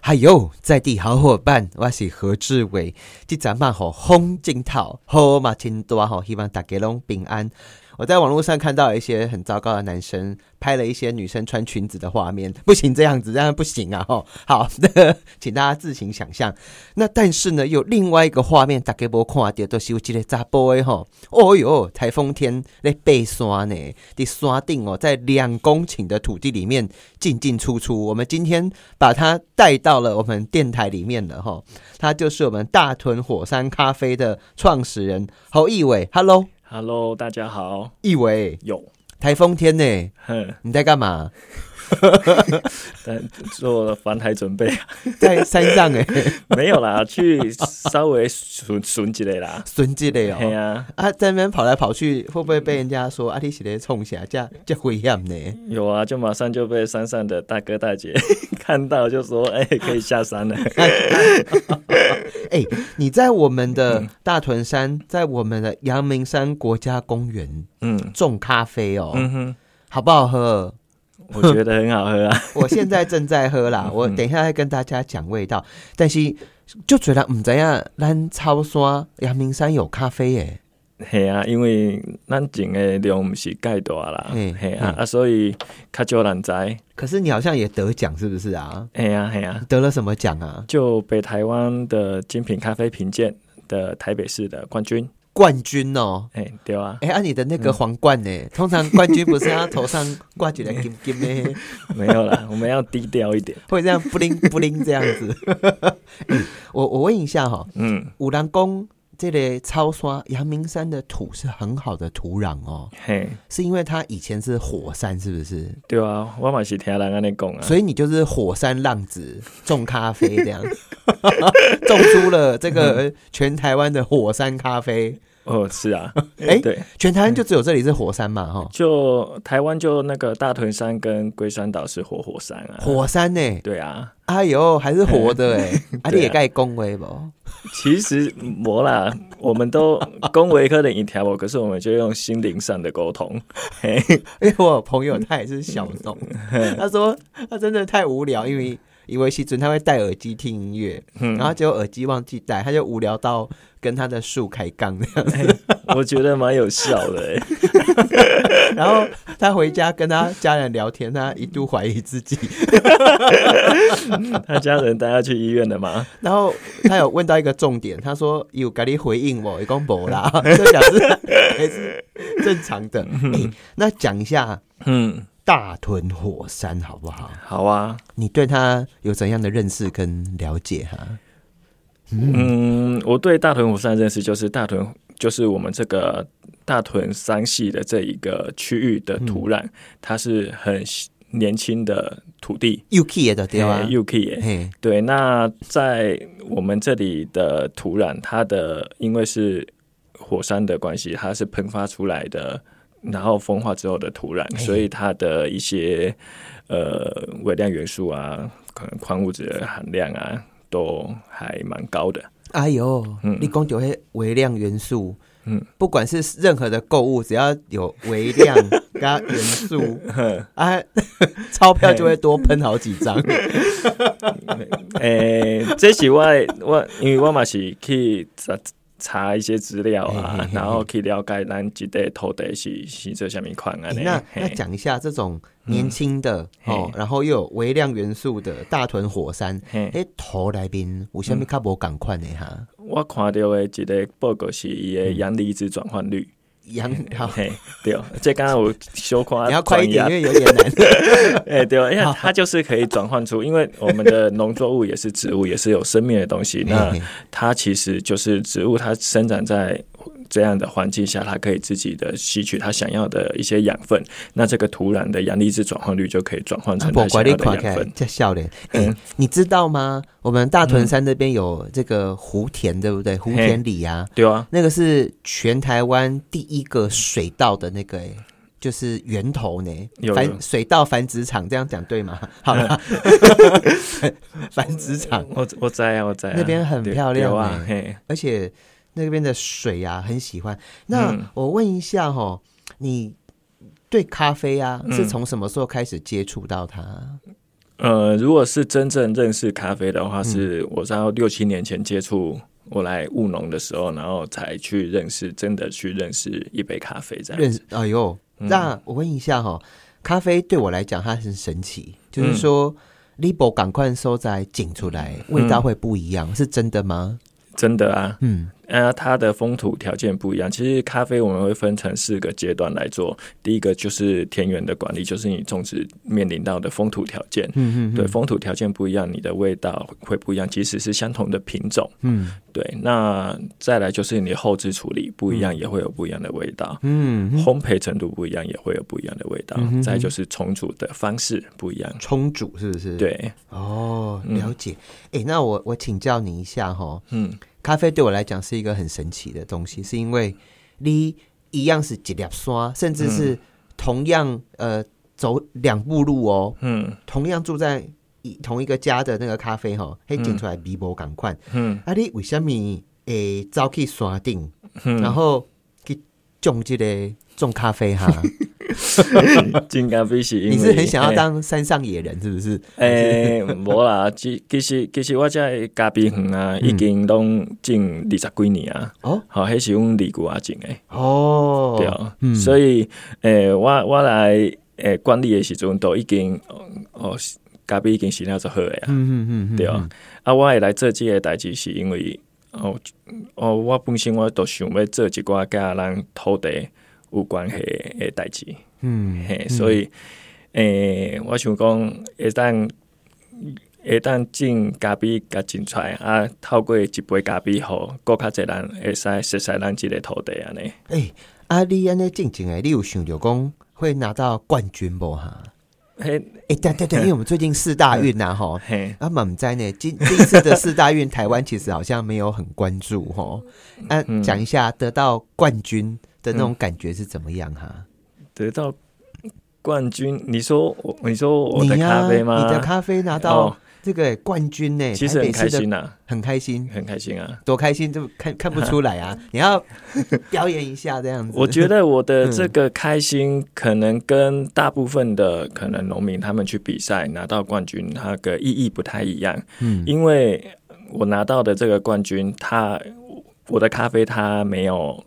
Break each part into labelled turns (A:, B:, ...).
A: 还有在地好伙伴，我是何志伟。这咱嘛吼风景套，好嘛挺多吼，希望大家拢平安。我在网络上看到一些很糟糕的男生拍了一些女生穿裙子的画面，不行，这样子这样不行啊！吼，好 的，请大家自行想象。那但是呢，有另外一个画面，大家无看到，都是有一个查甫的吼，哦哟，台风天咧爬山呢，伫山顶哦，在两公顷的土地里面进进出出。我们今天把他带到了我们电台里面了吼，他就是我们大屯火山咖啡的创始人侯义伟，Hello。
B: Hello，大家好。
A: 义伟，
B: 有，
A: 台风天呢，
B: 哼，
A: 你在干嘛？
B: 但做防台准备
A: 在山上哎，
B: 没有啦，去稍微损损几类啦。
A: 孙记的
B: 嘿
A: 哦，
B: 啊，
A: 啊，在那边跑来跑去，会不会被人家说啊？你是在冲啥？这样这危险 呢？
B: 有啊，就马上就被山上的大哥大姐 看到，就说：“哎、可以下山了。
A: 哎、你在我们
B: 嗯
A: 的大屯山，在我们的阳明山国家公园”
B: 嗯
A: 种咖啡哦，
B: 嗯哼，
A: 好不好喝？
B: 我觉得很好喝啊。
A: 我现在正在喝啦，我等一下再跟大家讲味道。但是就觉得唔知样，咱超山阳明山有咖啡耶、
B: 嘿啊，因为咱种的量不是介大啦，
A: 嗯
B: 嘿啊
A: 嗯
B: 啊，所以较少人知。
A: 可是你好像也得奖是不是啊？
B: 嘿啊嘿啊，
A: 得了什么奖啊？
B: 就北台湾的精品咖啡评鉴的台北市的冠军。
A: 冠军哦。
B: 哎、对啊，
A: 哎，按、啊、你的那个皇冠呢？通常冠军不是他头上挂起来金金的，
B: 没有啦，我们要低调一点。
A: 会这样布灵布灵这样子。嗯我我问一下哈、
B: 嗯，
A: 五郎宫这类超刷阳明山的土是很好的土壤哦，
B: 嘿，
A: 是因为它以前是火山，是不是？
B: 对啊，我嘛是听人安尼讲啊，
A: 所以你就是火山浪子种咖啡这样， 种出了这个全台湾的火山咖啡。
B: 哦是啊，
A: 哎
B: 对，
A: 全台湾就只有这里是火山嘛，哈、
B: 就台湾就那个大屯山跟龟山岛是活火山啊，
A: 火山呢、
B: 对啊，
A: 哎呦，还是活的哎、啊，你也该恭维不？
B: 其实无啦， 我们都恭维科的一条哦，可是我们就用心灵上的沟通，
A: 因为我有朋友他也是小农，他说他真的太无聊，因为以为西准他会戴耳机听音乐，然后结果耳机忘记戴，他就无聊到跟他的树开杠这样。
B: 我觉得蛮有效的、欸，
A: 然后他回家跟他家人聊天，他一度怀疑自己。
B: 他家人带他去医院了吗？
A: 然后他有问到一个重点，他说有给你回应我，一共没 啦，这表示还是正常的。哎 那讲一下
B: 嗯，
A: 大屯火山好不好？
B: 好啊，
A: 你对他有怎样的认识跟了解哈、
B: 嗯，我对大屯火山的认识就是大屯，就是我们这个大屯山系的这一个区域的土壤，它是很年轻的土地，
A: UK 也的对啊吧？
B: u k 耶，
A: 嘿，
B: 对。那在我们这里的土壤，它的因为是火山的关系，它是喷发出来的，然后风化之后的土壤，所以它的一些呃微量元素啊，可能矿物质的含量啊，都还蛮高的。
A: 哎呦，你讲就些微量元素，嗯，不管是任何的购物，只要有微量加元 素啊，钞票就会多喷好几张。
B: 诶、这是我的我，因为我嘛是去查查一些资料
A: 嘿嘿
B: 啊
A: 嘿，
B: 然后去了解咱即块土地是是做啥物款啊
A: 哎？那
B: 嘿
A: 那讲一下这种年轻的
B: 嗯
A: 哦
B: 嘿，
A: 然后又有微量元素的大屯火山，
B: 嘿嗯
A: 哎，头来宾有虾米较无赶快的哈？
B: 我看到的一个报告是伊的阳离子转换率，
A: 杨， 好，
B: 嘿，对，这刚刚有小 看，
A: 你要快一点，因
B: 转移
A: 为有
B: 啊，
A: 点难。
B: 哎，对，因为它就是可以转换出，因为我们的农作物也是植物，也是有生命的东西，那
A: 嘿嘿
B: 它其实就是植物，它生长在这样的环境下，它可以自己的吸取它想要的一些养分。那这个土壤的阳离子转换率就可以转换成
A: 啊不
B: 它
A: 管
B: 想
A: 你
B: 要的
A: 看起
B: 养
A: 来
B: 分。
A: 叫笑脸。
B: 嗯
A: 哎、你知道吗？我们大屯山这边有这个湖田，对不对？湖田里啊，
B: 对啊，
A: 那个是全台湾第一个水稻的那个、哎就是源头呢
B: 有，有
A: 繁水稻繁殖场这样讲对 吗？好了， 繁殖场，
B: 我我在啊，我在、啊、
A: 那边很
B: 对
A: 漂亮
B: 对啊，
A: 欸
B: 嘿，
A: 而且那边的水啊，很喜欢。那、
B: 嗯
A: 我问一下哦，你对咖啡啊，
B: 嗯
A: 是从什么时候开始接触到它？
B: 呃，如果是真正认识咖啡的话，是我在六七年前接触。我来务农的时候，然后才去认识，真的去认识一杯咖啡这样。
A: 认识，哎呦，那我问一下哈、咖啡对我来讲它很神奇，就是说 Libo 赶快收在紧出来，味道会不一样，是真的吗？
B: 真的啊，
A: 嗯，
B: 呃，它的风土条件不一样。其实咖啡我们会分成四个阶段来做，第一个就是田园的管理，就是你种植面临到的风土条件。
A: 嗯
B: 对，风土条件不一样，你的味道会不一样，即使是相同的品种。
A: 嗯
B: 对，那再来就是你后置处理不一样，也会有不一样的味道。
A: 嗯嗯，
B: 烘焙程度不一样，也会有不一样的味道。
A: 嗯哼
B: 再就是重组的方式不一样。
A: 冲煮是不是？，
B: 对，
A: 哦，了解。哎、那我我请教你一下哈、
B: 嗯，
A: 咖啡对我来讲是一个很神奇的东西，是因为你一样是几粒刷，甚至是同样、呃走两步路哦，
B: 嗯
A: 同样住在一同一个家的那个咖啡哈、嘿，捡出来比波赶快。
B: 嗯
A: 啊，你为什么诶走去山顶，
B: 嗯，
A: 然后去种这个种咖啡 哈？
B: 金咖啡是因为哎
A: 你是很想要当山上野人是不是？
B: 诶，诶无啦， 其其实其实我遮的咖啡园啊，
A: 嗯
B: 已经拢种二十几年啊，
A: 哦
B: 好，迄是阮二舅啊种诶，
A: 哦，
B: 对啊，所以诶，我我来诶管理诶时阵都已经哦，咖啡已经是那做好诶啊，
A: 嗯嗯嗯，
B: 对啊，啊，我会来做即个代志是因为哦哦，我本身我都想要做一寡甲咱土地有关系诶代志。
A: 嗯
B: 嘿，所以诶、我想讲，会当会当进咖啡甲进出来啊，透过一杯咖啡互搁较侪人会使熟悉咱即个土地安尼。
A: 哎、啊，你安尼静静诶，你有想着讲会拿到冠军不哈？
B: 嘿，
A: 哎、对对对，因为我们最近四大运呐、啊，吼。
B: 嘿，
A: 啊，满在呢，今这一次的四大运，台湾其实好像没有很关注吼。啊，
B: 嗯
A: 讲一下得到冠军的那种感觉是怎么样哈、
B: 得到冠军，你说我，你说我
A: 你
B: 的
A: 呀
B: 咖啡吗？
A: 你的咖啡拿
B: 哦
A: 到这个冠军呢、
B: 其实
A: 台
B: 很
A: 北
B: 开
A: 市的
B: 心，呐、啊，
A: 很开心，
B: 很开心啊。
A: 多开心就看看不出来 啊！你要表演一下这样子，
B: 我觉得我
A: 嗯
B: 的这个开心，可能跟大部分的可能农民他们去比赛拿到冠军，那个意义不太一样。
A: 嗯
B: 因为我拿到的这个冠军，它我的咖啡它没有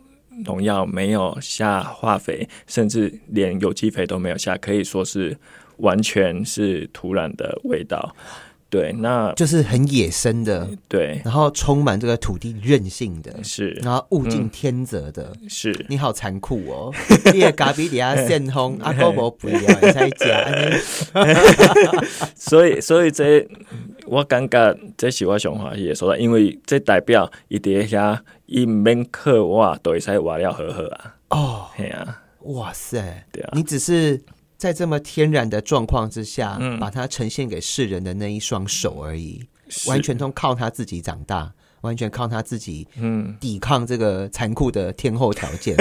B: 农药，没有下化肥，甚至连有机肥都没有下，可以说是完全是土壤的味道。对，那
A: 就是很野生的，
B: 对
A: 然后充满这个土地韧性的，
B: 是嗯
A: 然后物竞天择的。
B: 是
A: 你好残酷哦！ 你的咖啡底 下现烘，阿哥无肥啊，你才讲，安尼
B: 所以，所以这我感觉这是我上欢喜的所在，因为这代表伊伫遐伊毋免刻画，都会使画了好好啊，
A: 哦，
B: 嘿啊，
A: 哇塞！
B: 对啊，
A: 你只是在这么天然的状况之下，
B: 嗯
A: 把它呈现给世人的那一双手而已，
B: 是
A: 完全都靠他自己长大，完全靠他自己
B: 嗯，
A: 抵抗这个残酷的天候条 件。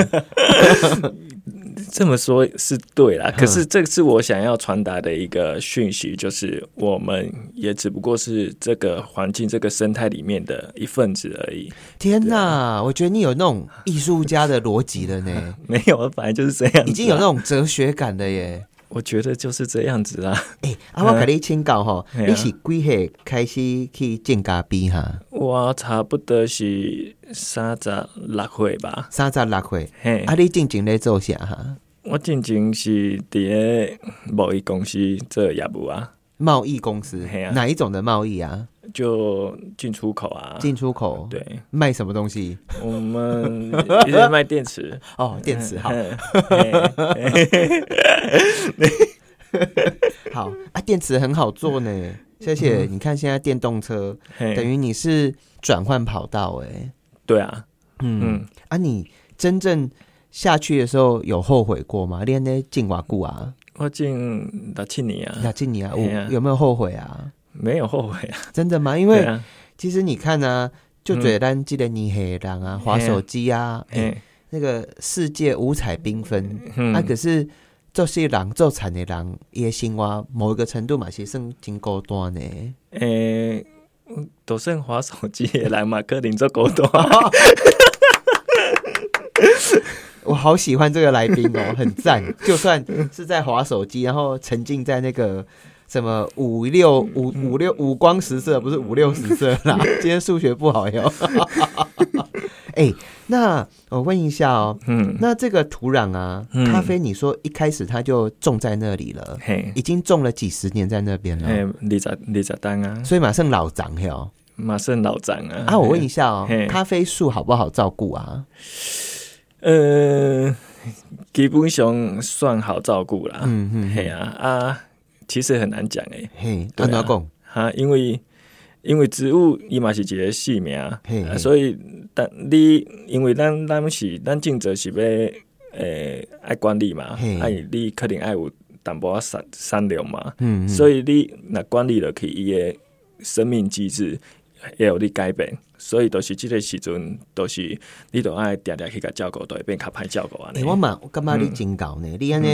B: 这么说是对啦，
A: 嗯
B: 可是这是我想要传达的一个讯息，就是我们也只不过是这个环境、这个生态里面的一份子而已。
A: 天
B: 啊
A: 哪，我觉得你有那种艺术家的逻辑了呢，
B: 没有，反正就是这样子啊。
A: 已经有那种哲学感了 耶。
B: 我觉得就是这样子啦。
A: 哎、啊，我给你请教 吼，
B: 嘿啊
A: 你是几岁开始去种咖啡哈？
B: 我差不多是三十六岁吧。
A: 三十六岁，
B: 嘿，
A: 啊，你进前咧做啥哈？
B: 我进前是伫咧贸易公司做业务啊，
A: 贸易公司
B: 嘿，啊
A: 哪一种的贸易啊？
B: 就进出口啊。
A: 进出口，
B: 对，
A: 卖什么东西？
B: 我们一直卖 电池。
A: 哦，电池，好
B: 嘿嘿
A: 好啊，电池很好做呢。
B: 嗯
A: 而且你看，现在电动车
B: 嘿
A: 等于你是转换跑道，哎，
B: 对啊，
A: 嗯
B: 嗯
A: 啊，你真正下去的时候有后悔过吗？练那进瓦固啊，
B: 我进六七年啊，
A: 雅进你啊，
B: 嘿啊
A: 有有没有后悔啊？
B: 没有后悔啊。
A: 真的吗？因
B: 对
A: 为
B: 啊，嗯
A: 其实你看啊，就嘴单记得你黑人
B: 哎
A: 啊，划手机啊，哎
B: 嘿，
A: 那个世界五彩缤纷，
B: 嗯
A: 啊，可是做些人做产的人，伊的生活某一个程度嘛是算真孤单呢。
B: 诶，都算滑手机的人嘛，可能做狗 多。
A: 我好喜 欢这个来宾哦，很赞。就算是在划手机，然后沉浸在那个什么五六五五六五光十色，不是五六十色 啦。今天数学不好哟。 哎、那我问一下哦，
B: 嗯，
A: 那这个土壤啊，
B: 嗯
A: 咖啡，你说一开始它就种在那里了，
B: 嘿，哎
A: 已经种了几十年在那边了，
B: 嘿，李咋李咋丹啊，
A: 所以马上老长嘿哦。
B: 马胜老张 啊。
A: 啊，我问一下哦
B: 嘿，
A: 咖啡树好不好照顾啊？
B: 呃，基本上算好照顾啦。
A: 嗯嗯，
B: 嘿啊啊，其实很难讲诶、
A: 嘿，
B: 对
A: 安
B: 啊
A: 怎讲？
B: 哈、因为因为植物伊嘛是一个生命，啊
A: 嘿嘿
B: 所以但你因为咱咱是咱尽责是要诶爱、管理嘛
A: 嘿，
B: 爱你肯定爱有淡薄仔善善良嘛，
A: 嗯，
B: 所
A: 以
B: 以你若管理落去伊诶生命机制会有你改变，所以就是即个时阵，就是你都爱定定去甲照顾，都会变较歹照顾安尼。
A: 哎，我嘛，我干嘛你真搞呢？你安呢，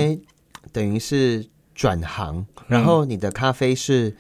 A: 等于是转行，然后你的咖啡是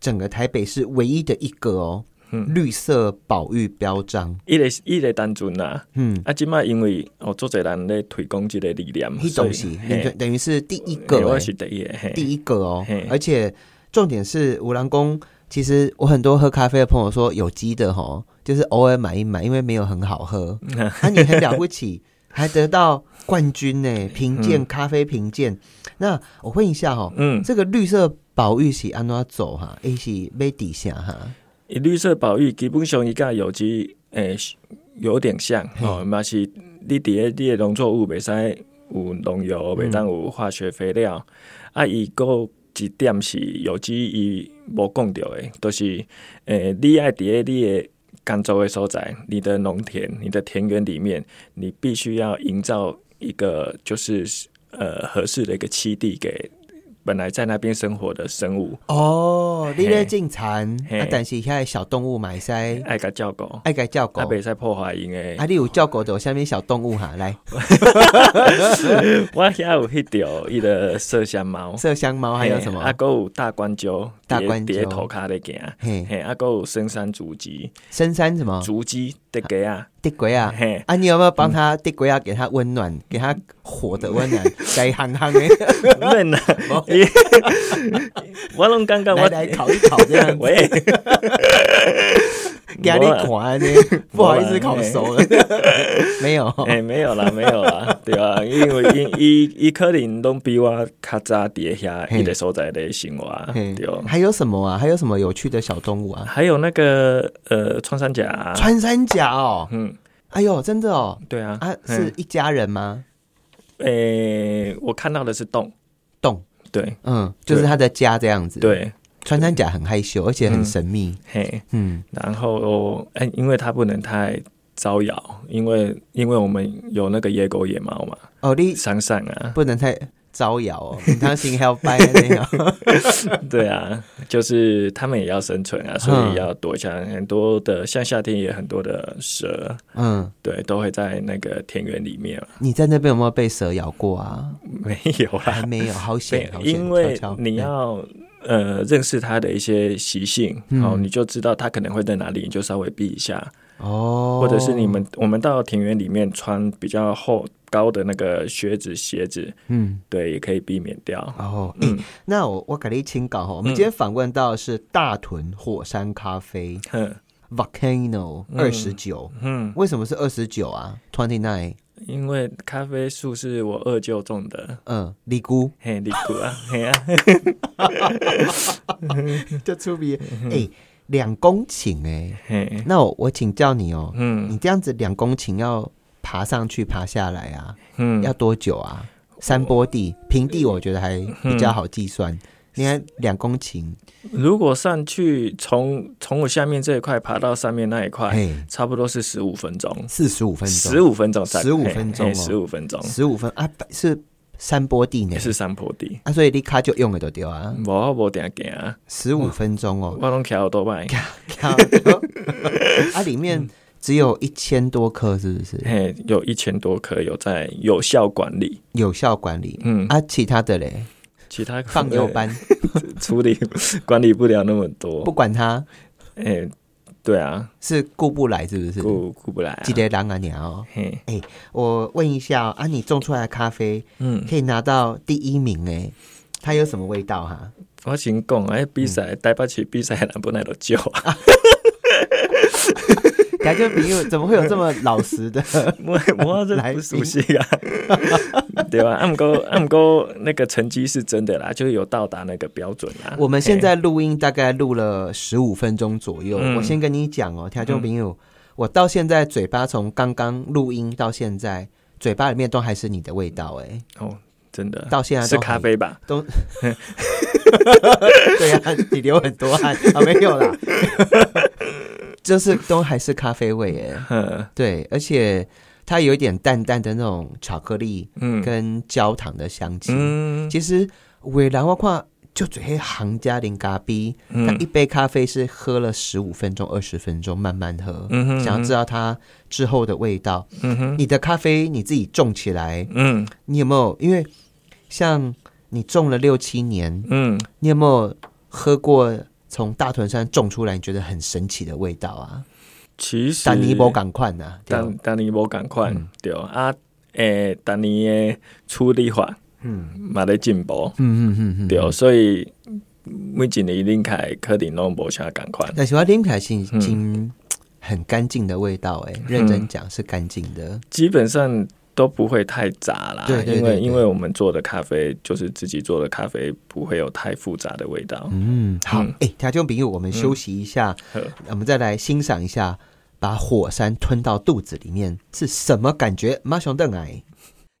A: 整个台北市唯一的一个哦，绿色保育标章。
B: 伊个伊个单纯啦，
A: 嗯，
B: 啊，即摆因为哦，做侪人咧推广即个理念，
A: 迄
B: 所以
A: 东西
B: 嘿
A: 等等于是第一
B: 嘿
A: 个
B: 我
A: 哎，
B: 是第一个，嘿
A: 第一个哦
B: 嘿，
A: 而且重点是五郎公。其实我很多喝咖啡的朋友说，有机的吼，就是偶尔买一买，因为没有很好 喝。啊，你很了不起，还得到冠军
B: 嗯
A: 呢，评鉴咖啡评鉴。那我问一下哦，
B: 嗯，
A: 这个绿色保育是安怎走哈、一是被底下哈，
B: 伊绿色保育基本上伊甲有机诶、有点像哦，嘛是你伫诶你诶农作物袂使有农药，袂当有化学肥料。啊，伊个一点是有机伊无讲着诶，就是诶、你爱伫诶你诶干燥诶所在，你的农田、你的田园里面，你必须要营造一个就是呃合适的一个栖地给本来在那边生活的生物，
A: 哦，你咧进产，
B: 嘿
A: 啊，但是遐小动物买塞，
B: 爱甲照顾。
A: 爱该叫狗
B: 啊，，袂使破坏因诶
A: 啊，，你有叫狗的，下面小动物哈，来
B: 我遐有迄条伊个麝香猫，
A: 麝香猫还有什
B: 哦嘿啊，
A: 么？
B: 还有大关鸠，
A: 大关鸠
B: 伫头骹咧行，
A: 嘿，
B: 嘿，啊，还有深山竹鸡，
A: 深山什么？
B: 竹鸡的鸡啊，
A: 地鬼啊！
B: 嘿，嗯
A: 啊，你有没有帮他地鬼啊？给他温暖，给他火的温 暖，该憨憨的，
B: 免啦， 我拢感觉
A: 来
B: 我
A: 哦来烤一烤 这样子，
B: 喂，
A: 给你款呢，啊 不好意思
B: 没
A: 烤
B: 啦
A: 熟了，没有，
B: 哎、啊 没有啦，没有啦，对啊，因为因伊伊可能拢比我较早伫遐
A: 嘿
B: 伊个所在咧生活，
A: 嘿
B: 对哦。
A: 还有什么啊？还有什么有趣的小动物啊？
B: 还有那个呃，穿山甲、
A: 穿山甲哦，
B: 嗯，
A: 哎呦，真的哦，
B: 对啊，
A: 啊，
B: 嗯
A: 是一家人吗？
B: 诶、我看到的是洞，
A: 洞，
B: 对
A: 嗯，就是他的家这样子。，
B: 对，嗯
A: 穿山甲很害羞，而且很神秘。
B: 嘿，
A: 嗯，
B: 然后哎、因为它不能太招摇，因为因为我们有那个野狗野猫嘛，
A: 哦，你
B: 山 上啊，
A: 不能太招摇哦，你当心 help by 那 样。
B: 对啊，就是它们也要生存啊，所
A: 嗯
B: 以要躲一下很多的，像夏天也很多的蛇，
A: 嗯，
B: 对，都会在那个田园里面嘛，
A: 你在那边有没有被蛇咬过啊？
B: 没有 啦
A: 还，没 有，好险，好险！
B: 因为
A: 悄悄
B: 你要呃认识它的一些习性，
A: 嗯
B: 哦，你就知道它可能会在哪里，你就稍微避一下。
A: 哦，
B: 或者是你们我们到庭园里面穿比较厚高的那个靴子鞋子，
A: 嗯。
B: 对，也可以避免掉。
A: 哦，
B: 嗯
A: 哎、那我我给你请稿哈。我们今天访问到的是大屯火山咖啡
B: 哼，
A: Volcano 二十九，
B: 嗯，
A: 为什么是二十九啊？Twenty nine，
B: 因为咖啡树是我二舅种的，
A: 嗯，尼姑
B: 嘿，你姑啊， 嘿啊，嗯
A: 就出名，哎、两公顷哎、
B: 嘿，
A: 那我我请教你哦、
B: 嗯
A: 你这样子两公顷要爬上去爬下来啊，要
B: 嗯，呃
A: 多久啊？山坡地、平地，我觉得还比
B: 嗯
A: 较好计算。你看两公顷，
B: 如果上去从从我下面这一块爬到上面那一块，
A: 哎，
B: 差不多是十五分钟，
A: 四十五分钟，
B: 十五分钟才，
A: 15分钟哦
B: 十五分钟
A: 十五分啊，是山坡地呢
B: 也，是山坡地，
A: 啊，所以你卡就用了就对啊，
B: 无我无定行啊，
A: 十五分钟哦，
B: 我拢骑好多摆，
A: 靠啊，里
B: 嗯
A: 面只有一千多棵，是不是？
B: 嘿，有一千多棵，有在有效管理，
A: 有效管理
B: 嗯，
A: 啊，其他的 嘞，
B: 其他可
A: 放
B: 能
A: 牛班，
B: 处理 管理不了那么多
A: 不。管他
B: 哎、对啊，
A: 是顾不来，是不是？
B: 顾顾不来、啊
A: 记。得狼啊鸟。
B: 嘿，
A: 哦我问一下哦啊，你种出来的咖啡
B: 嗯，
A: 可以拿到第一名哎，它有什么味道哈？
B: 我先讲，哎，比赛
A: 嗯
B: 台北市比赛南本来都少 啊，
A: 感觉朋友怎么会有这么老实的？
B: 我我这
A: 来
B: 不 熟悉啊， 对吧？按过按过那个成绩是真的啦，就是有到达那个标准啦。
A: 我们现
B: 啊嘿
A: 在录音大概录了十五分钟左右。
B: 嗯
A: 我先跟你讲哦，听众朋友，我到现在嘴巴从刚刚录音到现在，嘴巴里面都还是你的味道、哎，
B: 哦，真的
A: 到现在都
B: 是
A: 还
B: 咖啡吧？
A: 都。对啊，你流很多汗啊，没有 啦，就是都还是咖啡味哎、
B: 嗯
A: 对，而且它有一点淡淡的那种巧克力
B: 嗯
A: 跟焦糖的香气。
B: 嗯
A: 其实伟兰我看就只黑行家零咖啡，他一
B: 嗯
A: 杯咖啡是喝了十五分钟、二十分钟，慢慢喝，
B: 嗯哼
A: 想要知道它之后的味道。
B: 嗯哼
A: 你的咖啡你自己种起来，
B: 嗯
A: 你有没有？因为像你种了六七年，
B: 嗯，
A: 你有没有喝过从大屯山种出来你觉得很神奇的味道啊？
B: 其实
A: 但尼伯赶快呐，对
B: 但但你无共
A: 嗯
B: 款对啊，诶、但你诶处理法
A: 嗯
B: 嘛咧进步
A: 嗯嗯嗯嗯，
B: 对，哦所以每一年拎开可能拢无啥共款。
A: 但喜欢林凯欣已经很干净的味道、哎、认真讲是干净的。
B: 基本上都不会太杂啦，
A: 对对
B: 因为
A: 对对
B: 因为我们做的咖啡就是自己做的咖啡，不会有太复杂的味道。
A: 嗯，好
B: 嗯，
A: 哎、条件朋友，我们休息一下，
B: 呵
A: 我们再来欣赏一下，把火山吞到肚子里面是什么感觉？马上邓来，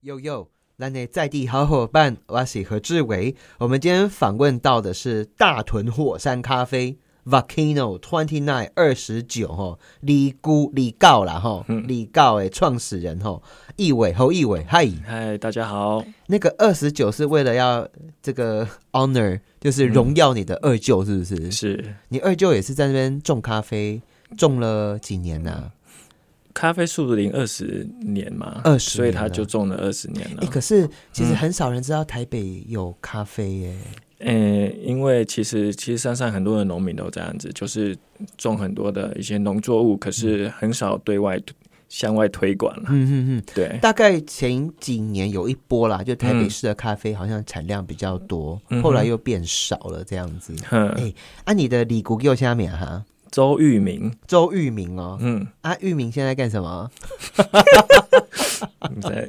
A: 悠悠。咱的在地好伙伴，我是何志伟。我们今天访问到的是大屯火山咖啡 Volcano Twenty Nine 二十九吼，李姑李告啦吼，李告诶创始人吼，易伟侯易伟，嗨。
B: 嗨，大家好，
A: 那个二十九是为了要这个 honor，就是
B: 嗯
A: 荣耀你的二舅，是不是？
B: 是
A: 你二舅也是在那边种咖啡，种了几年啊呐、
B: 咖啡树龄二十年嘛，
A: 20
B: 所以
A: 年
B: 它
A: 了
B: 就种了二十年了
A: 哎、。可是其实很少人知道台北有咖啡耶、
B: 嗯、因为其实其实山上很多的农民都这样子，就是种很多的一些农作物，可是很少对外向外推广了。
A: 嗯嗯
B: 对
A: 嗯，，大概前几年有一波啦，就台北市的咖啡好像产量比较多，
B: 嗯哼
A: 后来又变少了这样子。
B: 哼，
A: 哎啊，你的李谷又下面啊哈，
B: 周玉明，
A: 周玉明哦，
B: 嗯，
A: 啊，玉明现在干什么？
B: 不 知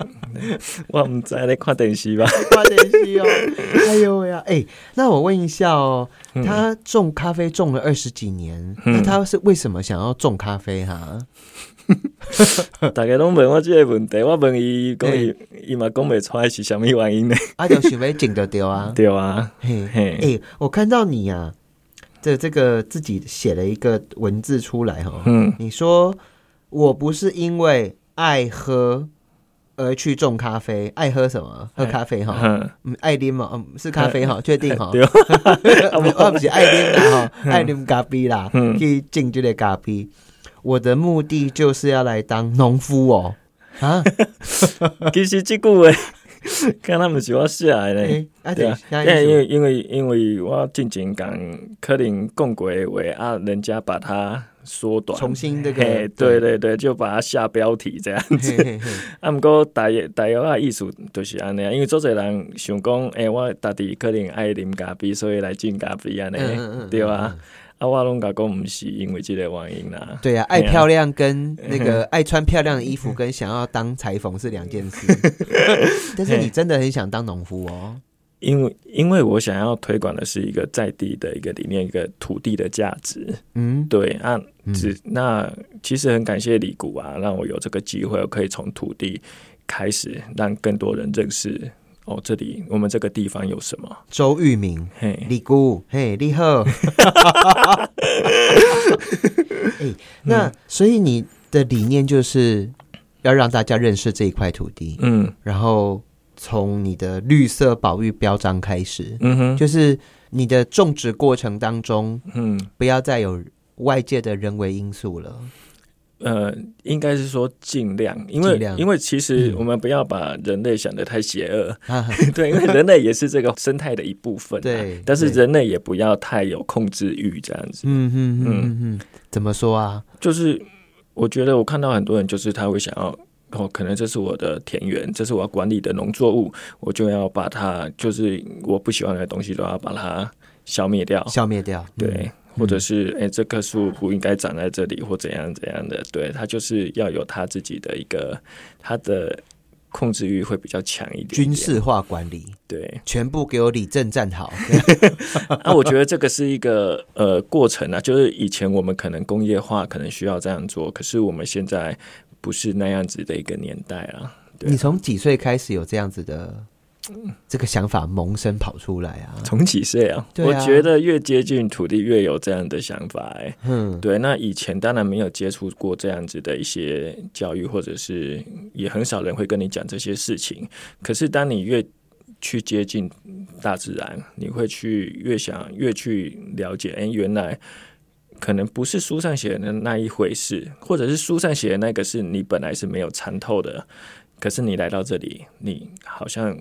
B: 我们在在看电视吧。
A: 花点西哦，哎呦喂啊！哎、那我问一下哦，
B: 嗯
A: 他种咖啡种了二十几年，
B: 嗯
A: 那他是为什么想要种咖啡哈、
B: 大家拢问我这个问题，我问伊讲伊伊嘛讲袂出来是啥物原因呢？，
A: 阿九许梅景的丢啊
B: 对啊，
A: 嘿，哎、
B: 嘿，
A: 我看到你啊，这这个自己写了一个文字出来哦，
B: 嗯
A: 你说我不是因为爱喝。而去种咖啡，爱喝什么？喝咖啡哈，
B: 嗯，
A: 嗯，爱啉嘛，嗯，是咖啡 哈，确定哈。
B: 对，哦
A: 我不是爱啉啦 吼，爱啉咖啡啦，
B: 嗯
A: 去种这个咖啡。我的目的就是要来当农夫 哦，啊，
B: 其实即句话， 敢若毋是我写的呢。
A: 哎，啊
B: 对
A: 对
B: 啊，因
A: 下一
B: 为
A: 首
B: 因为因为我之前讲可能讲过的话啊，人家把它缩短，
A: 重新这个
B: 嘿，对，对对，就把它下标题这样
A: 嘿
B: 子。
A: 嘿嘿
B: 啊，毋过大约大约啊，意思就是安尼啊，因为做侪人想讲，诶、我家己可能爱啉咖啡，所以来进咖啡安尼，
A: 嗯嗯嗯
B: 对啊。啊，我拢甲讲，毋是因为即个原因啦。
A: 对啊，爱漂亮跟那个
B: 嗯
A: 爱穿漂亮的衣服跟想要当裁缝是两件事， 但是你真的很想当农夫哦，
B: 因为因为我想要推广的是一个在地的一个理念，一个土地的价值。
A: 嗯，
B: 对啊，
A: 嗯
B: 只、那其实很感谢李谷啊，让我有这个机会，我可以从土地开始，让更多人认识哦，这里我们这个地方有什么？
A: 周玉明，
B: 嘿，
A: 李姑，嘿，你 好。哎、
B: 嗯
A: 那所以你的理念就是要让大家认识这一块土地，
B: 嗯
A: 然后从你的绿色保育标章开始，
B: 嗯哼，
A: 就是你的种植过程当中，
B: 嗯。
A: 不要再有外界的人为因素了。
B: 呃，应该是说尽量，因为
A: 尽量
B: 因为其实
A: 嗯
B: 我们不要把人类想得太邪恶，
A: 啊，
B: 对，因为人类也是这个生态的一部分、啊，
A: 对
B: 但是
A: 对
B: 人类也不要太有控制欲，这样子，
A: 嗯嗯嗯嗯嗯，怎么说啊？
B: 就是我觉得我看到很多人就是他会想要哦，可能这是我的田园，这是我要管理的农作物，我就要把它，就是我不喜欢的东西都要把它消灭掉。
A: 消灭掉，嗯
B: 哦对，或者是哎、诶这棵树不应该长在这里，或怎样怎样的，对，它就是要有它自己的一个，它的控制欲会比较强一点点
A: 军事化管理，，
B: 对
A: 全部给我理政站好。
B: 啊，我觉得这个是一个呃过程啊，就是以前我们可能工业化可能需要这样做，可是我们现在不是那样子的一个年代啊。对
A: 你从几岁开始有这样子的这个想法萌生跑出来啊？
B: 从几岁啊？
A: 对啊
B: 我觉得越接近土地，越有这样的想法、哎，
A: 嗯，
B: 对，那以前当然没有接触过这样子的一些教育，或者是也很少人会跟你讲这些事情。可是当你越去接近大自然，你会去越想越去了解，哎、原来可能不是书上写的那一回事，或者是书上写的那个是你本来是没有参透的，可是你来到这里，你好像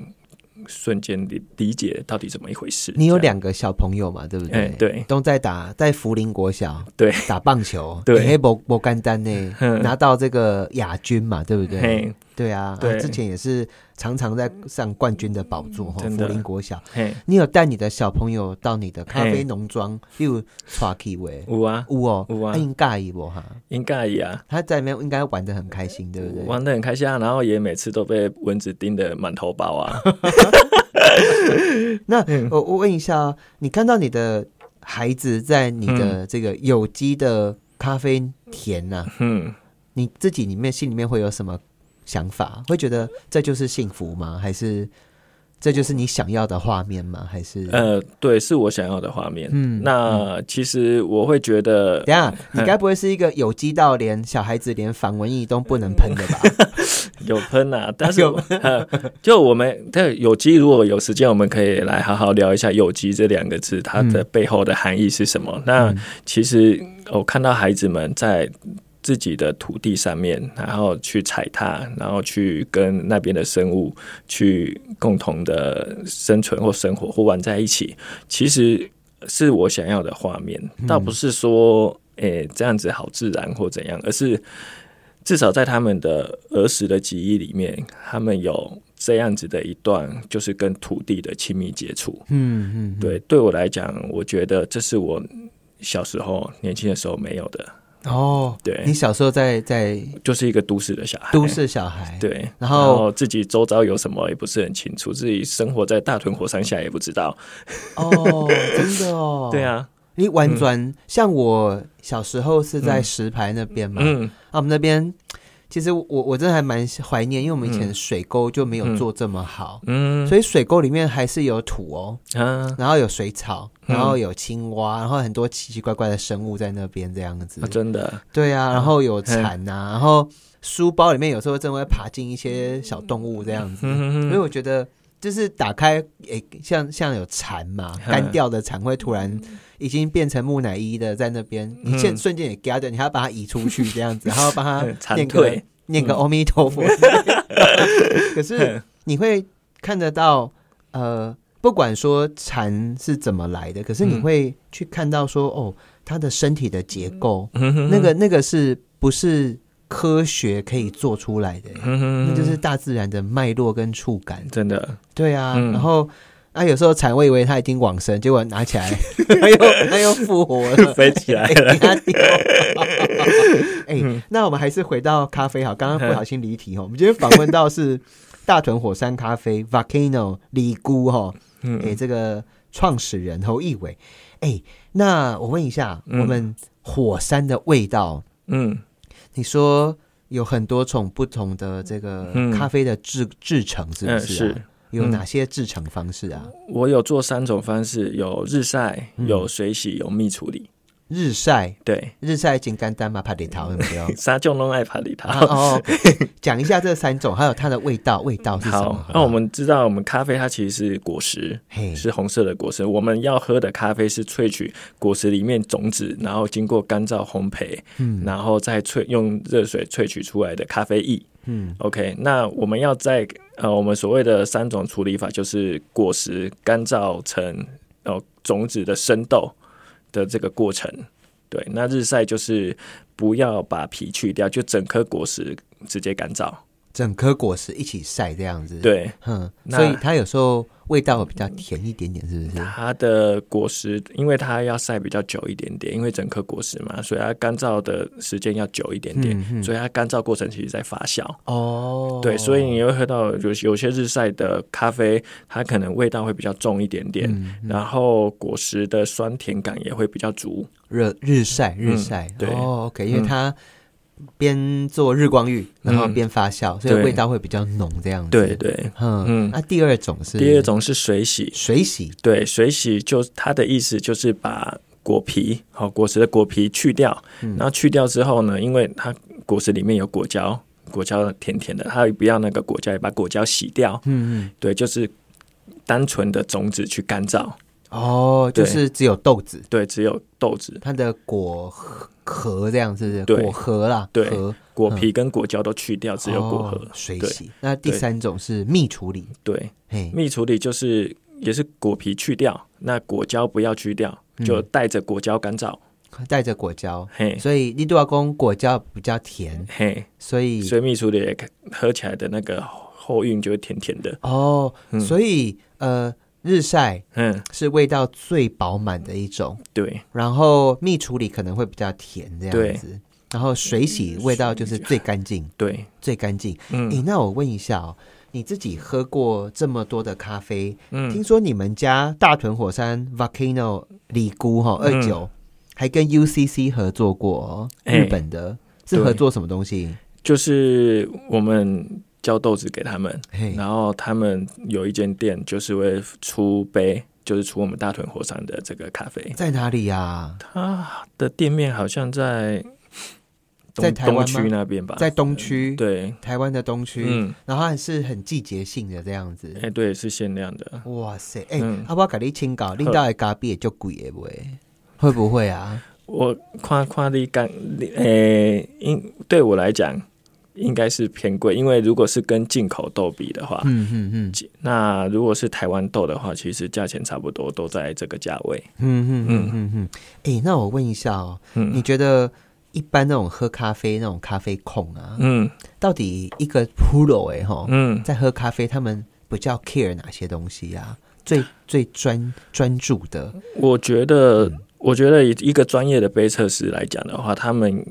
B: 瞬间理理解到底怎么一回事。
A: 你有
B: 这样
A: 两个小朋友嘛，对不对？
B: 哎对
A: 都在打在福林国小
B: 对
A: 打棒球，哎
B: 对嗯
A: 黑博博干丹 呢，拿到这个亚军嘛，对不对
B: 嘿？
A: 对啊，啊
B: 对
A: 之前也是常常在上冠军的宝座哈，
B: 嗯真
A: 福
B: 的
A: 林国小。
B: 嘿，
A: 你有带你的小朋友到你的咖啡
B: 嘿
A: 农庄，例如 t r u c k y 喂，
B: 有啊，
A: 有哦，
B: 有啊
A: 他应该有哈，
B: 应该也啊。
A: 他在里面应该玩的很开心，对不对？
B: 玩的很开心啊，然后也每次都被蚊子叮的满头包啊。
A: 那
B: 嗯
A: 我我问一下啊，你看到你的孩子在你的这个有机的咖啡田呐、
B: 嗯，
A: 你自己里面心里面会有什么想法？会觉得这就是幸福吗？还是这就是你想要的画面吗？还是？
B: 呃，对，是我想要的画面。
A: 嗯
B: 嗯，那其实我会觉得
A: 等一下，你该不会是一个有机到连小孩子连防蚊液都不能喷的 吧？
B: 有喷 啊，但是我、呃、就我们对有机，如果有时间，我们可以来好好聊一下“有机”这两个字，它的背后的含义是什么。那其实我看到孩子们在。自己的土地上面，然后去踩踏，然后去跟那边的生物去共同的生存或生活或玩在一起，其实是我想要的画面，倒不是说诶、这样子好自然或怎样，而是至少在他们的儿时的记忆里面，他们有这样子的一段，就是跟土地的亲密接触。
A: 嗯嗯，
B: 对，对我来讲，我觉得这是我小时候年轻的时候没有的，
A: 哦，
B: 对
A: 你小时候在在
B: 就是一个都市的小孩。
A: 都市小孩，
B: 对，
A: 然
B: 然
A: 后
B: 后自己周遭有什么也不是很清楚，自己生活在大屯火山下也不知道。
A: 哦，真的哦，
B: 对，啊，
A: 你玩转、像我小时候是在石牌那边嘛，
B: 嗯
A: 啊，我们那边其实我我真的还蛮怀念，因为我们以前水沟就没有做这么好，
B: 嗯
A: 所以水沟里面还是有土哦，
B: 啊
A: 然后有水草，然
B: 嗯
A: 后有青蛙，然后很多奇奇怪怪的生物在那边这样子
B: 啊，，真的，
A: 对啊，然后有蝉啊，然后书包里面有时候真的会爬进一些小动物这样子，
B: 嗯
A: 所以我觉得就是打开，诶、像像有蝉嘛，
B: 嗯
A: 干掉的蝉会突然已经变成木乃伊的，在那边，你现瞬间也 g a 你还要把它移出去这样 子，还要帮
B: 嗯
A: 它啊
B: 蝉
A: 念个
B: 蜕
A: 念个阿弥陀 佛。 可是你会看得到，呃，不管说蝉是怎么来的，可是你
B: 嗯
A: 会去看到说，哦，它的身体的结构，
B: 嗯哼
A: 那个那个是不是科学可以做出来的、
B: 嗯哼
A: 那就是大自然的脉络跟触感。
B: 真的，
A: 对啊，
B: 嗯。
A: 然后啊，有时候蚕，我以为它已经往生，结果拿起来，它又它又复活了
B: 飞起来
A: 哎
B: 了。
A: 给它丢哎、那我们还是回到咖啡好，刚刚不小心离题哦。我们今天访问到是大屯火山咖 啡 Volcano 李姑哈，哎
B: 嗯
A: 给、这个创始人侯义伟。哎、那我问一下，
B: 嗯
A: 我们火山的味道，
B: 嗯
A: 你说有很多种不同的这个
B: 嗯
A: 咖啡的制、制成，是不
B: 嗯
A: 是、啊
B: 是。
A: 有哪些制成方式啊？
B: 我有做三种方式，有日晒、
A: 嗯
B: 有水洗、有蜜处理。
A: 日晒，
B: 对，？
A: 日晒已经干单嘛，怕点桃有没有
B: 沙就弄爱帕 里
A: 啊
B: 塔。
A: 哦，OK 讲一下这三种，还有它的味道，味道是什么
B: 好？，那我
A: 吧
B: 们知道，我们咖啡它其实是果实，
A: 嘿，
B: 是红色的果实。我们要喝的咖啡是萃取果实里面种子，然后经过干燥烘焙，
A: 嗯
B: 然后再萃用热水萃取出来的咖啡液。
A: 嗯
B: OK，那我们要在呃，我们所谓的三种处理法，就是果实干燥成呃种子的生豆的这个过程。对，那日晒就是不要把皮去掉，就整颗果实直接干燥。
A: 整颗果实一起晒这样子。，
B: 对，
A: 嗯，
B: 那
A: 所以它有时候味道比较甜一点点，是不是？
B: 它的果实，因为它要晒比较久一点点，因为整颗果实嘛，所以它干燥的时间要久一点点，
A: 嗯嗯
B: 所以它干燥过程其实在发酵。
A: 哦，
B: 对，所以你会喝到有有些日晒的咖啡，它可能味道会比较重一点点，
A: 嗯
B: 然后果实的酸甜感也会比较足。
A: 热日晒日
B: 嗯
A: 晒，
B: 对
A: 哦，OK，因为
B: 嗯
A: 它边做日光浴，然后
B: 嗯
A: 边发酵，所以
B: 对
A: 味道会比较浓这样子。
B: 对，对，
A: 嗯，
B: 嗯
A: 那第二种是
B: 第二种是水洗，
A: 水洗，
B: 对，水洗就它的意思就是把果皮，好、果实的果皮去掉，
A: 嗯
B: 然后去掉之后呢，因为它果实里面有果胶，果胶甜甜的，它不要那个果胶，也把果胶洗掉，
A: 嗯嗯，
B: 对，就是单纯的种子去干燥，
A: 哦，就
B: 对
A: 是只有豆子，
B: 对，只有豆子。
A: 它的果核核这样是不是？
B: 对
A: 果核啦，
B: 对
A: 核
B: 果皮跟果胶都去掉，只有果核。
A: 嗯哦水
B: 对
A: 洗。那第
B: 对
A: 三种是蜜处理，
B: 对，
A: 嘿，
B: 蜜处理就是也是果皮去掉，那果胶不要去掉，就带着果胶干燥。
A: 带着果胶，
B: 嘿，
A: 嗯所以你对外公果胶比较甜，
B: 嘿，
A: 所以
B: 所以蜜处理也可喝起来的那个后韵就会甜甜的。
A: 哦，
B: 嗯
A: 所以呃，日晒
B: 嗯，
A: 是味道最饱满的一种，
B: 对
A: 然后蜜处理可能会比较甜这
B: 对
A: 样子，然后水洗味道就是最干净，
B: 对，
A: 最干净。诶，
B: 嗯
A: 那我问一下哦，你自己喝过这么多的咖啡，听
B: 嗯，
A: 说你们家大屯火山 Volcano 里姑哈二
B: 嗯
A: 九、还跟 UCC 合作过、哦，
B: 哎
A: 日本的、是
B: 对
A: 合作什么东西？
B: 就是我们交豆子给他们，
A: 嘿，
B: 然后他们有一间店就是会出杯，就是出我们大屯火山的这个咖啡。
A: 在哪里啊呀、
B: 它的店面好像在东
A: 在台湾吗
B: 东区那边吧，
A: 在东区，
B: 嗯对，
A: 台湾的东区，
B: 嗯，
A: 然后还是很季节性的这样子。
B: 哎、对，是限量的。
A: 哇塞，哎、
B: 嗯
A: 阿、我给你请教，你到的咖啡也就贵的不会？会不会啊？
B: 我夸夸的干，诶、应对我来讲应该是偏贵，因为如果是跟进口豆比的话，
A: 嗯嗯嗯
B: 那如果是台湾豆的话，其实价钱差不多，都在这个价位。
A: 嗯嗯嗯嗯嗯。哎、那我问一下哦，你
B: 嗯
A: 觉得一般那种喝咖啡那种咖啡控啊，
B: 嗯
A: 到底一个 pro 哎哈，
B: 嗯，
A: 在喝咖啡，他们比较 care 哪些东西啊？最最专专注的，
B: 我觉得，我觉得以一个专业的杯测师来讲的话，他们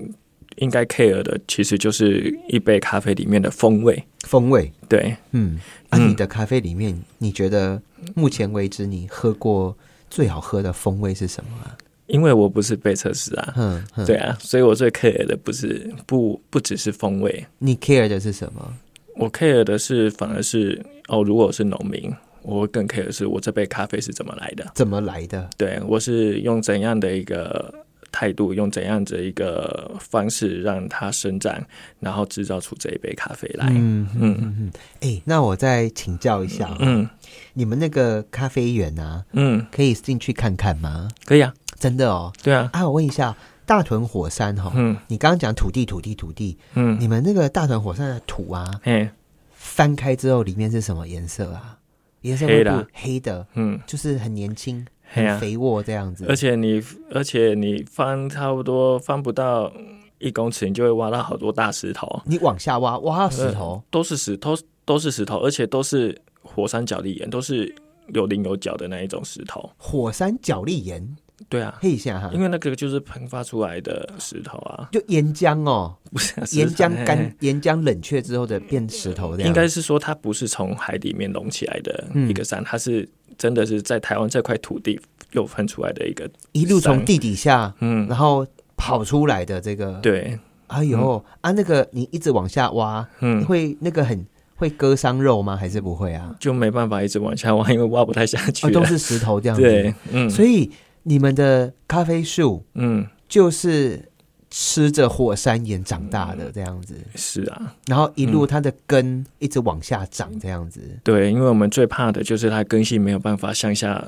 B: 应该 care 的其实就是一杯咖啡里面的风味。
A: 风味。
B: 对，
A: 嗯，啊，
B: 嗯
A: 你的咖啡里面，你觉得目前为止你喝过最好喝的风味是什么啊？
B: 因为我不是杯测师啊，
A: 哼哼，
B: 对啊，所以我最 care 的不是不不只是风味，
A: 你 care 的是什么？
B: 我 care 的是反而是哦，如果我是农民，我会更 care 的是我这杯咖啡是怎么来的，
A: 怎么来的？
B: 对我是用怎样的一个态度，用怎样的一个方式让它生长，然后制造出这一杯咖啡来。
A: 嗯嗯
B: 嗯
A: 嗯，哎、那我再请教一下、
B: 嗯
A: 你们那个咖啡园啊，
B: 嗯，
A: 可以进去看看吗？
B: 可以啊，
A: 真的哦。
B: 对啊，
A: 啊，我问一下，大屯火山哈、哦，
B: 嗯
A: 你刚刚讲土地土地土地，
B: 嗯，
A: 你们那个大屯火山的土啊，
B: 嘿，
A: 翻开之后里面是什么颜色啊？颜色
B: 黑的
A: 的
B: 啊
A: 黑的，
B: 嗯，
A: 就是很年轻、
B: 嘿
A: 很
B: 啊，
A: 肥沃这样子。
B: 而且你而且你翻差不多翻不到一公尺，你就会挖到好多大石头，
A: 你往下挖，挖到
B: 呃
A: 石头，
B: 都是石头，都是石头，而且都是火山角砾岩，都是有棱有角的那一种石头。
A: 火山角砾岩，
B: 对啊，
A: 嘿一下哈
B: 因，为那个就是喷发出来的石头啊，
A: 就岩浆哦，
B: 不是啊
A: 岩
B: 石头
A: 浆干，岩浆冷却之后的变石头这样。嗯
B: 应该是说它不是从海里面隆起来的一个山，它是真的是在台湾这块土地又喷出来的一个，
A: 一路从地底下，
B: 嗯，
A: 然后跑出来的这个。，
B: 对，
A: 哎呦啊，那个你一直往下挖，
B: 嗯，
A: 会那个很会割伤肉吗？还是不会啊？
B: 就没办法一直往下挖，因为挖不太下去
A: 哦，
B: 了。
A: 都是石头这样子。
B: 对，，嗯，
A: 所以你们的咖啡树
B: 嗯，
A: 就是吃着火山岩长大
B: 嗯
A: 的这样子，
B: 是啊，
A: 然后一路它的根一直往下长这样子。
B: 对，因为我们最怕的就是它根系没有办法向下，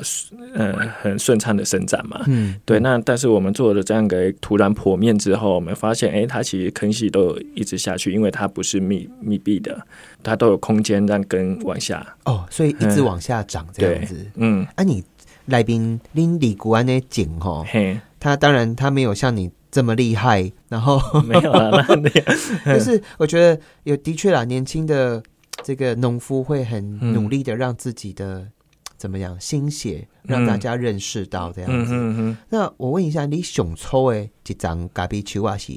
B: 呃，很顺畅的伸展嘛。
A: 嗯，
B: 对，那但是我们做了这样一个突然剖面之后，我们发现，哎，它其实坑系都有一直下去，因为它不是密密闭的，它都有空间让根往下。
A: 哦，所以一直往下长这样子。
B: 嗯，
A: 啊，你来宾拎李谷安的景吼，
B: 嘿，
A: 他当然他没有像你这么厉害，然 后
B: 没有啦，那那样
A: 但是我觉得有的确啦，年轻的这个农夫会很
B: 嗯
A: 努力的让自己的、怎么样心血
B: 嗯
A: 让大家认识到这样
B: 嗯
A: 子。
B: 哼哼，
A: 那我问一下，你熊抽诶几张咖啡球啊是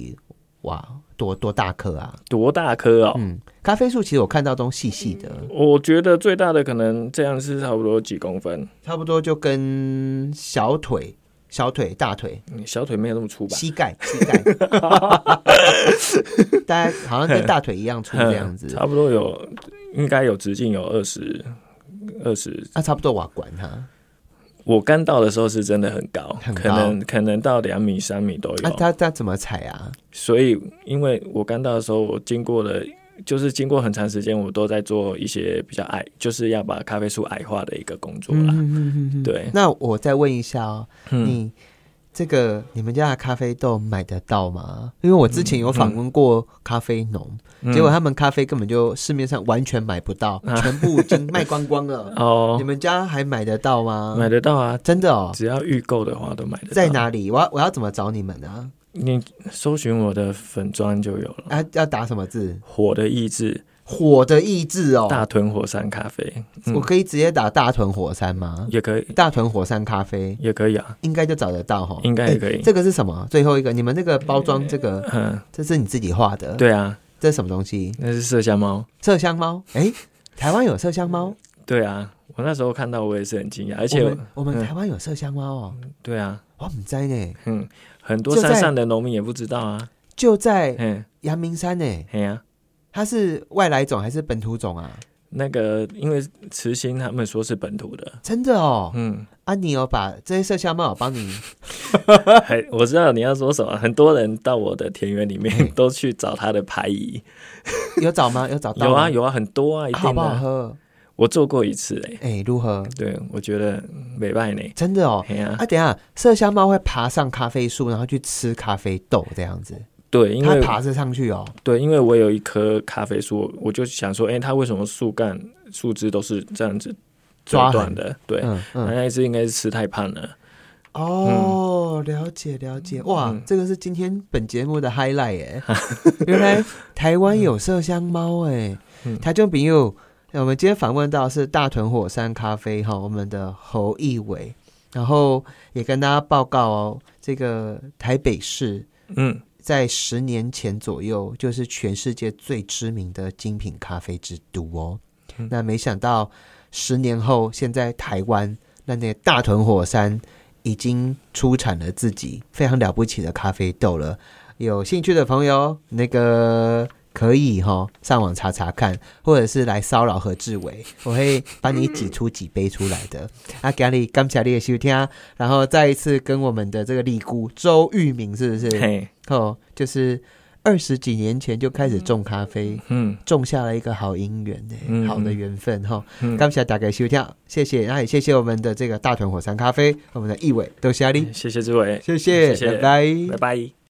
A: 哇多多大颗啊？
B: 多大颗哦？嗯
A: 嗯，咖啡树其实我看到都细细的，
B: 我觉得最大的可能这样是差不多几公分，
A: 差不多就跟小腿、小腿、大腿、
B: 你小腿没有那么粗吧？
A: 膝盖、膝 盖，大概好像跟大腿一样粗这样子。
B: 嗯差不多有，应该有直径有二十二十。
A: 那、啊差不多瓦管哈，
B: 我刚到的时候是真的很高，
A: 很高
B: 可能可能到两米三米都有。
A: 那、啊、他他怎么踩啊？
B: 所以，因为我刚到的时候，我经过了，就是经过很长时间，我都在做一些比较矮，就是要把咖啡树矮化的一个工作啦。
A: 嗯
B: 对
A: 那我再问一下哦，
B: 嗯，
A: 你这个你们家的咖啡豆买得到吗？因为我之前有访问过咖啡农，
B: 嗯啊
A: 结果他们咖啡根本就市面上完全买不到，全部已经卖光光了。你
B: 哦，
A: 们家还买得到吗？
B: 买得到啊，
A: 真的哦，
B: 只要预购的话都买得到。
A: 在？哪里？我要我要怎么找你们啊？
B: 你搜寻我的粉砖就有了。
A: 啊，要打什么字？
B: 火的意志，
A: 火的意志哦，
B: 大屯火山咖啡，嗯
A: 我可以直接打大屯火山吗？
B: 也可以，
A: 大屯火山咖啡
B: 也可以啊，
A: 应该就找得到哈。
B: 应该也可以。
A: 哦这个是什么？最后一个，你们那个包装，这个
B: 嗯，
A: 这是你自己画的？，
B: 对啊，
A: 这是什么东西？
B: 那是麝香猫。
A: 麝香猫？哎，台湾有麝香猫？
B: 对啊，我那时候看到我也是很惊讶，而
A: 而
B: 且
A: 我们我们
B: 嗯
A: 台湾有麝香猫哦，
B: 对啊，
A: 我们在呢，
B: 嗯，很多
A: 就在
B: 山上的农民也不知道啊。
A: 就在
B: 嗯，
A: 阳明山呢。
B: 嘿呀、啊，
A: 它是外来种还是本土种啊？
B: 那个因为慈心他们说是本土的，
A: 真的哦，
B: 嗯，
A: 啊，你有把这些麝香猫有帮你
B: 还我知道你要说什么，很多人到我的田园里
A: 嘿
B: 面都去找他的牌椅，
A: 有找 吗？有找到吗？
B: 有啊有啊，很多啊，一
A: 啊哦好
B: 定
A: 不
B: 的啊、
A: 好喝？
B: 我做过一次哎、
A: 哎，如何？
B: 对我觉得嗯没败呢，
A: 真的哦，
B: 嘿呀、
A: 啊，等一下，麝香猫会爬上咖啡树，然后去吃咖啡豆这样子，
B: 对，因
A: 它
B: 为
A: 爬着上去哦。
B: 对，因为我有一棵咖啡树，我就想说，哎、它为什么树干、树枝都是这样子折
A: 抓
B: 断
A: 痕
B: 的？对，
A: 嗯
B: 它
A: 嗯，
B: 那一只应该是吃太胖了。
A: 哦，了解了解，哇
B: 嗯，
A: 这个是今天本节目的 highlight 耶。原来台湾有麝香猫哎
B: 嗯，
A: 台中朋友，呃我们今天访问到是大屯火山咖啡哈，我们的侯义伟，然后也跟大家报告哦，这个台北市
B: 嗯，
A: 在十年前左右，就是全世界最知名的精品咖啡之都哦。
B: 嗯
A: 那没想到十年后，现在台湾那那大屯火山已经出产了自己非常了不起的咖啡豆了。有兴趣的朋友，那个可以哈、上网查查看，或者是来骚扰何志伟，我会帮你挤出几杯出来的。啊，咖喱，感谢你的收听，然后再一次跟我们的这个利姑周玉明是不是？
B: 嘿，
A: 哦，就是二十几年前就开始种咖啡，
B: 嗯
A: 种下了一个好姻缘呢、
B: 嗯
A: 好的缘分哈。
B: 嗯，
A: 感谢大家收听，谢谢，那也谢谢我们的这个大屯火山咖啡，我们的义伟，都是阿力，
B: 嗯谢谢志伟，
A: 谢谢，
B: 谢
A: 拜
B: 谢
A: 拜
B: 拜拜。